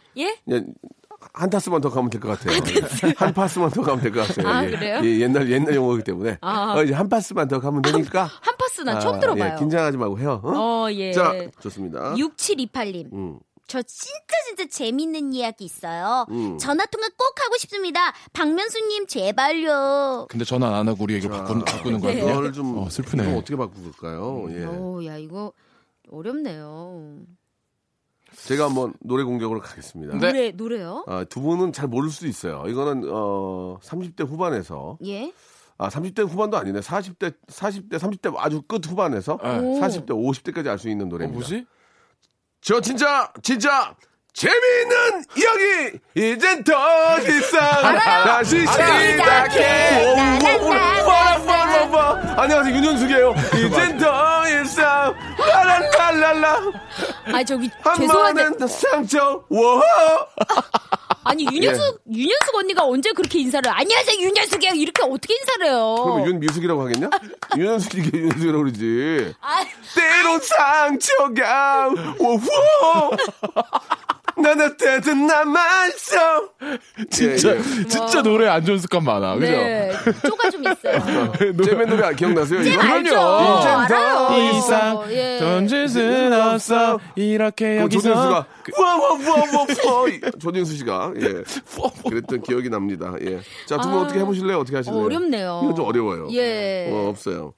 S3: 예, 한 타스만 더 가면 될 것 같아요. 예. 한 파스만 더 가면 될 것 같아요.
S6: 아,
S3: 예.
S6: 그래요?
S3: 예, 옛날 옛날 용어이기 때문에
S6: 아.
S3: 어, 이제 한 파스만 더 가면 되니까.
S6: 한 파스 난 처음
S3: 아,
S6: 들어봐요.
S3: 예, 긴장하지 말고 해요. 어?
S6: 어, 예.
S3: 자, 좋습니다.
S6: 6728님.
S3: 음.
S6: 저 진짜 진짜 재밌는 이야기 있어요.
S3: 음.
S6: 전화 통화 꼭 하고 싶습니다. 박명수님 제발요.
S4: 근데 전화 안 하고 우리 얘기를 바꾸는, 바꾸는
S3: 예,
S4: 거야 그냥?
S3: 아, 이걸 좀
S4: 어, 슬프네.
S3: 이걸 어떻게 바꿀까요? 예.
S6: 오, 야 이거 어렵네요.
S3: 제가 한번 노래 공격으로 가겠습니다.
S4: 네.
S6: 노래 노래요?
S3: 아, 두 분은 잘 모를 수도 있어요. 이거는 어 30대 후반에서
S6: 예.
S3: 아 30대 후반도 아니네. 40대 40대 30대 아주 끝 후반에서
S4: 예.
S6: 오.
S3: 40대 50대까지 알 수 있는
S4: 어,
S3: 노래입니다.
S4: 뭐지?
S3: 저 진짜 진짜 재미있는 이야기 이젠 더 이상 다시 시작해 와라와라와 안녕하세요 윤현숙이에요 이젠 더 이상 라라라라라
S6: 아 저기
S3: 한
S6: 죄송한데
S3: 번은 더 상처 워호
S6: 아니 윤현숙
S3: 예.
S6: 윤현숙 언니가 언제 그렇게 인사를 안녕하세요 윤현숙이야 이렇게 어떻게 인사를 해요?
S3: 그럼 윤미숙이라고 하겠냐? 윤현숙이게 윤현숙이라고 그러지
S6: 아,
S3: 때론 상처가 워호 나나 때도 남아있어
S4: 진짜
S3: 예, 예.
S4: 진짜 노래 안 좋은 습관 많아. 그죠?
S6: 네. 쪼가 좀 있어요. 아,
S3: 잼의 네, 노래 기억나세요? 이거?
S6: 알죠?
S4: 그럼요.
S3: 이젠 더
S6: 알아요.
S4: 이상
S6: 예.
S4: 던질 순 없어 이렇게
S3: 그 조진수가
S4: 여기서
S3: 와와와와와 조진수 씨가 예 그랬던 기억이 납니다. 예. 자, 두 분 어떻게 해보실래요? 어떻게 하실래요?
S6: 아. 어렵네요.
S3: 이건 좀 어려워요.
S6: 예.
S3: 어, 없어요.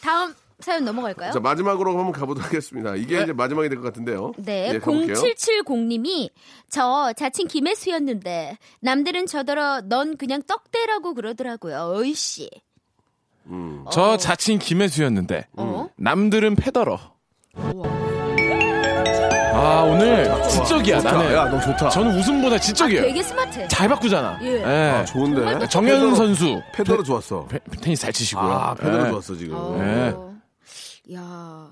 S6: 다음 사연 넘어갈까요?
S3: 자, 마지막으로 한번 가보도록 하겠습니다. 이게 이제 마지막이 될 것 같은데요.
S6: 네,
S3: 예, 가볼게요.
S6: 0770님이 저 자칭 김혜수였는데 남들은 저더러 넌 그냥 떡대라고 그러더라고요. 어이씨.
S4: 저 자칭 김혜수였는데
S3: 음.
S6: 어?
S4: 남들은 패더러. 아 오늘 지적이야 나는.
S3: 야, 너 좋다.
S4: 저는 웃음보다 지적이에요.
S6: 아, 되게 스마트해.
S4: 잘 바꾸잖아.
S6: 예.
S3: 아, 좋은데.
S4: 정현 선수
S3: 패더로 좋았어.
S4: 페- 테니스 잘 치시고요.
S3: 아, 패더로
S4: 예.
S3: 좋았어 지금. 네.
S6: 어. 야.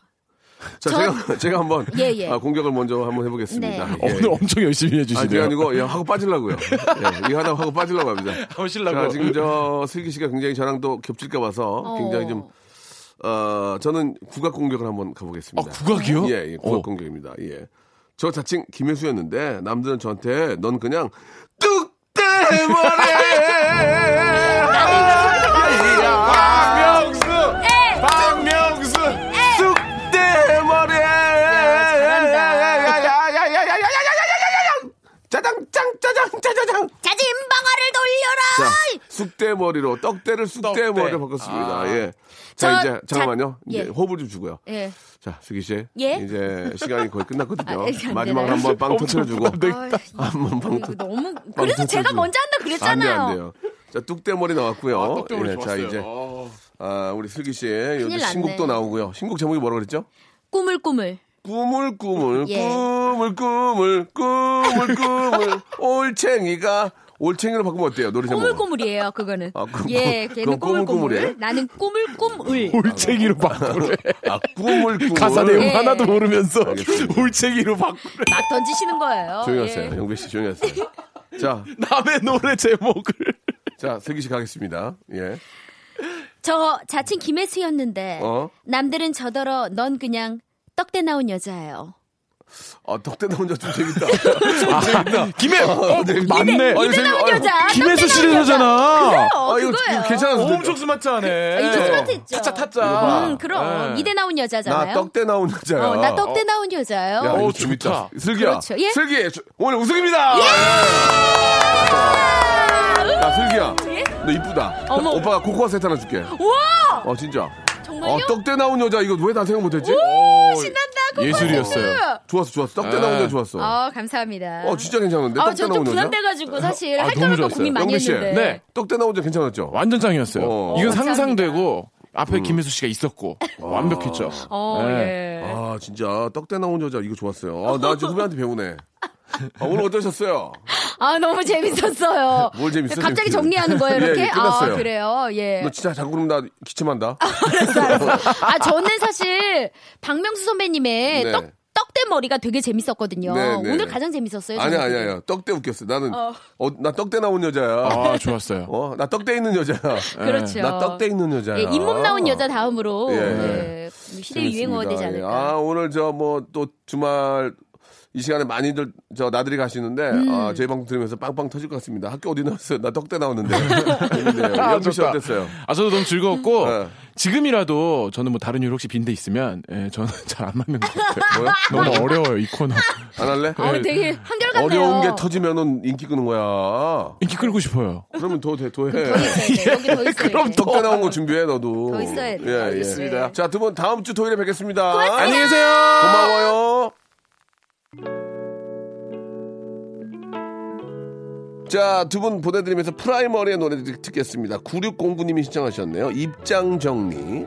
S3: 자,
S6: 저-
S3: 제가 제가 한번
S6: 예, 예.
S3: 아, 공격을 먼저 한번 해보겠습니다.
S6: 네.
S4: 어,
S3: 예.
S4: 오늘 엄청 열심히
S3: 아, 그게
S4: 해주시네요.
S3: 아니고 예, 하고 빠지려고요. 예, 이거 하나 하고 빠지려고 합니다.
S4: 하실라고.
S3: 자, 지금 저 슬기 씨가 굉장히 저랑 또 겹칠까 봐서
S6: 어.
S3: 굉장히 좀 어, 저는 국악 공격을 한번
S4: 아,
S3: 가보겠습니다.
S4: 국악이요?
S3: 예, 예, 국악
S4: 어.
S3: 공격입니다. 예. 저 자칭 김혜수였는데 남들은 저한테 넌 그냥 뚝대머리 박명수 박명수 뚝대머리 짜장 짱 짜장 짜자장
S6: 자진방아를 돌려라.
S3: 자, 쑥대머리로 떡대를 쑥대머리로
S4: 떡대. 아.
S3: 바꿨습니다. 예. 자,
S6: 저,
S3: 이제 잠깐만요.
S6: 자, 예.
S3: 이제 호흡을 좀 주고요.
S6: 예.
S3: 자, 수기 씨.
S6: 예?
S3: 이제 시간이 거의 끝났거든요.
S6: 아, 이제 안
S3: 마지막으로
S6: 되나요?
S3: 한번 빵
S4: 엄청
S3: 터트려 주고
S4: 부담돼.
S6: 아,
S3: 한번 빵
S6: 이거
S3: 터.
S6: 너무 그래서
S3: 방송
S6: 제가
S3: 중이고.
S6: 먼저 한다
S3: 아, 안 돼요,
S6: 그랬잖아요.
S3: 안 돼요. 자, 뚝대머리 나왔고요.
S4: 떡대머리
S3: 예, 자,
S4: 아, 좋았어요.
S3: 이제
S4: 어.
S3: 아, 우리 슬기 씨의 요즘
S6: 큰일 났네.
S3: 신곡도 나오고요. 신곡 제목이 뭐라고 그랬죠?
S6: 꾸물꾸물.
S3: 꿈을 꿈을
S6: 예.
S3: 꿈을 꿈을 꿈을 꿈을 올챙이가 올챙이로 바꾸면 어때요? 노래 제목.
S6: 꾸물꾸물이에요, 그거는.
S3: 뭐. 아, 꾸-
S6: 예,
S3: 꾸-
S6: 걔는
S3: 그건 꾸물꾸물이에요?
S6: 꾸물꾸물. 나는 꾸물꾸물.
S4: 올챙이로 바꾸래.
S3: 아, 꿈을 꿈을
S4: 가사 내용
S6: 예.
S4: 하나도 모르면서
S3: 알겠습니다.
S4: 올챙이로 바꾸래.
S6: 막 던지시는 거예요.
S3: 조용히
S6: 예.
S3: 하세요. 영배 씨 조용히 하세요. 자,
S4: 남의 노래 제목을.
S3: 자, 슬기 씨 가겠습니다. 예.
S6: 저 자칭 김혜수였는데
S3: 어?
S6: 남들은 저더러 넌 그냥 떡대 나온 여자예요.
S3: 아, 덕대 나온 여자 좀 재밌다. 아, 재밌다.
S4: 김해 어, 맞네.
S3: 아니, 재밌- 그 아니,
S6: 여자. 어,
S4: 김혜수 시리즈잖아.
S3: 아, 이거, 이거 괜찮은데.
S4: 엄청 스마트 하네.
S6: 아, 이거 스마트했죠.
S4: 타짜 네. 타짜.
S6: 음, 그럼 이대 나온
S3: 네. 나
S6: 여자잖아요.
S3: 떡대 나온 여자야.
S6: 어, 나 떡대 나온 여자예요.
S3: 야,
S4: 어,
S3: 이거 재밌다.
S4: 좋다.
S3: 슬기야.
S6: 그렇죠. 예?
S3: 슬기, 주- 오늘 우승입니다! 야, 슬기야. 너 이쁘다.
S6: 예? 어머.
S3: 오빠가 코코아 세트 하나 줄게.
S6: 우와!
S3: 어, 진짜.
S6: 정말요?
S3: 어, 떡대 나온 여자, 이거 왜 난 생각 못했지? 어,
S6: 오, 신난다. 고마워요.
S4: 예술이었어요.
S3: 좋았어, 좋았어. 떡대 나온 여자 좋았어.
S6: 어, 감사합니다.
S3: 어, 진짜 괜찮은데?
S6: 아,
S3: 떡대
S6: 저 좀
S3: 나온 여자?
S6: 분한돼가지고 사실
S4: 아,
S6: 할
S4: 너무
S6: 거할 거
S4: 좋았어요.
S6: 고민 많이
S3: 영미 씨.
S6: 했는데.
S4: 네.
S3: 떡대 나온 여자 괜찮았죠?
S4: 완전 짱이었어요. 음.
S3: 어.
S4: 이건
S6: 어, 감사합니다.
S4: 상상되고 앞에 김혜수 씨가 있었고 완벽했죠.
S6: 어,
S4: 네.
S6: 예.
S3: 아, 진짜. 떡대 나온 여자 이거 좋았어요. 아, 나 지금 후배한테 배우네. 아, 오늘 어떠셨어요?
S6: 아, 너무 재밌었어요. 그
S3: 뭘 재밌어요?
S6: 갑자기 정리하는 거예요,
S3: 예,
S6: 이렇게?
S3: 예, 끝났어요.
S6: 아, 그래요? 예.
S3: 너 진짜 자꾸 그러면 나 기침한다.
S6: 아, 저는 사실 박명수 선배님의
S3: 네.
S6: 떡, 떡대 머리가 되게 재밌었거든요.
S3: 네, 네.
S6: 오늘 가장 재밌었어요.
S3: 아니야,
S6: 저는.
S3: 아니야, 아니야. 떡대 웃겼어. 나는,
S6: 어.
S3: 어, 나 떡대 나온 여자야.
S4: 아 좋았어요.
S3: 어, 나 떡대 있는 여자야.
S6: 그렇죠.
S3: 아, 나 떡대 있는 여자야.
S6: 예, 잇몸 나온 여자 다음으로
S3: 예,
S6: 예, 시대
S3: 재밌습니다.
S6: 유행어가 되지
S3: 예.
S6: 않을까.
S3: 아, 오늘 저 뭐 또 주말 이 시간에 많이들 저 나들이 가시는데
S6: 음.
S3: 아, 저희 방송 들으면서 빵빵 터질 것 같습니다. 학교 어디 나왔어요? 나 떡대 나오는데. 재밌네요.
S4: 아,
S3: 영주 씨
S4: 좋다.
S3: 어땠어요?
S4: 아 저도 너무 즐거웠고
S3: 네.
S4: 지금이라도 저는 뭐 다른 일 혹시 빈데 있으면 예, 저는 잘 안 맞는 것 같아요. 너무 어려워요 이 코너.
S3: 안 할래?
S6: 어, 되게 한결같네요.
S3: 아, 예. 어려운 게 터지면은 인기 끄는 거야.
S4: 인기 끌고 싶어요.
S3: 그러면 더, 돼, 더 해.
S6: 더 있어야 돼. 여기 더 있어야
S3: 예, 그럼
S6: 돼.
S3: 덕대 나온 거 준비해, 너도.
S6: 더 있어야 돼.
S3: 예, 예.
S6: 알겠습니다.
S3: 자, 두 분 다음 주 토요일에 뵙겠습니다.
S4: 안녕히 계세요.
S3: 고마워요. 자, 두 분 보내드리면서 프라이머리의 노래 듣- 듣겠습니다. 9609님이 신청하셨네요. 입장 정리.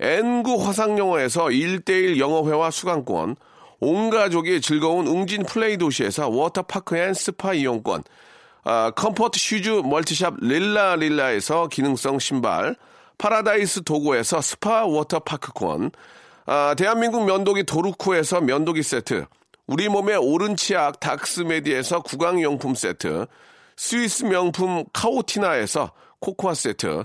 S3: N구 화상영어에서 1대1 영어회화 수강권, 온 가족이 즐거운 웅진 플레이 도시에서 워터파크 앤 스파 이용권, 아, 컴포트 슈즈 멀티샵 릴라 릴라에서 기능성 신발, 파라다이스 도고에서 스파 워터파크권, 아, 대한민국 면도기 도루코에서 면도기 세트, 우리 몸의 오른 치약 닥스메디에서 구강용품 세트, 스위스 명품 카오티나에서 코코아 세트,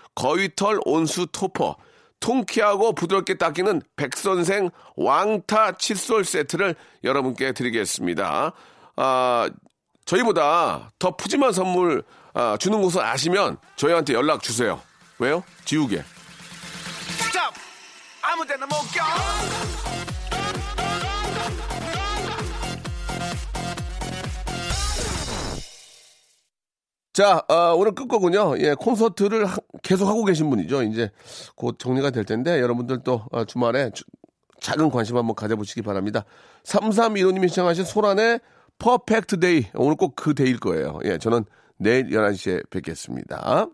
S3: 거위털 온수 토퍼, 통키하고 부드럽게 닦이는 백선생 왕타 칫솔 세트를 여러분께 드리겠습니다. 아, 저희보다 더 푸짐한 선물 아, 주는 곳을 아시면 저희한테 연락 주세요. 왜요? 지우개.
S2: Stop! 아무 데나 못 가!
S3: 자, 아, 오늘 끝거군요. 예, 콘서트를 하- 계속 하고 계신 분이죠. 이제 곧 정리가 될 텐데 여러분들 또 아, 주말에 주- 작은 관심 한번 가져보시기 바랍니다. 3315님이 시청하신 소란의 퍼펙트 데이. 오늘 꼭 그 데이일 거예요. 예, 저는 내일 11시에 뵙겠습니다.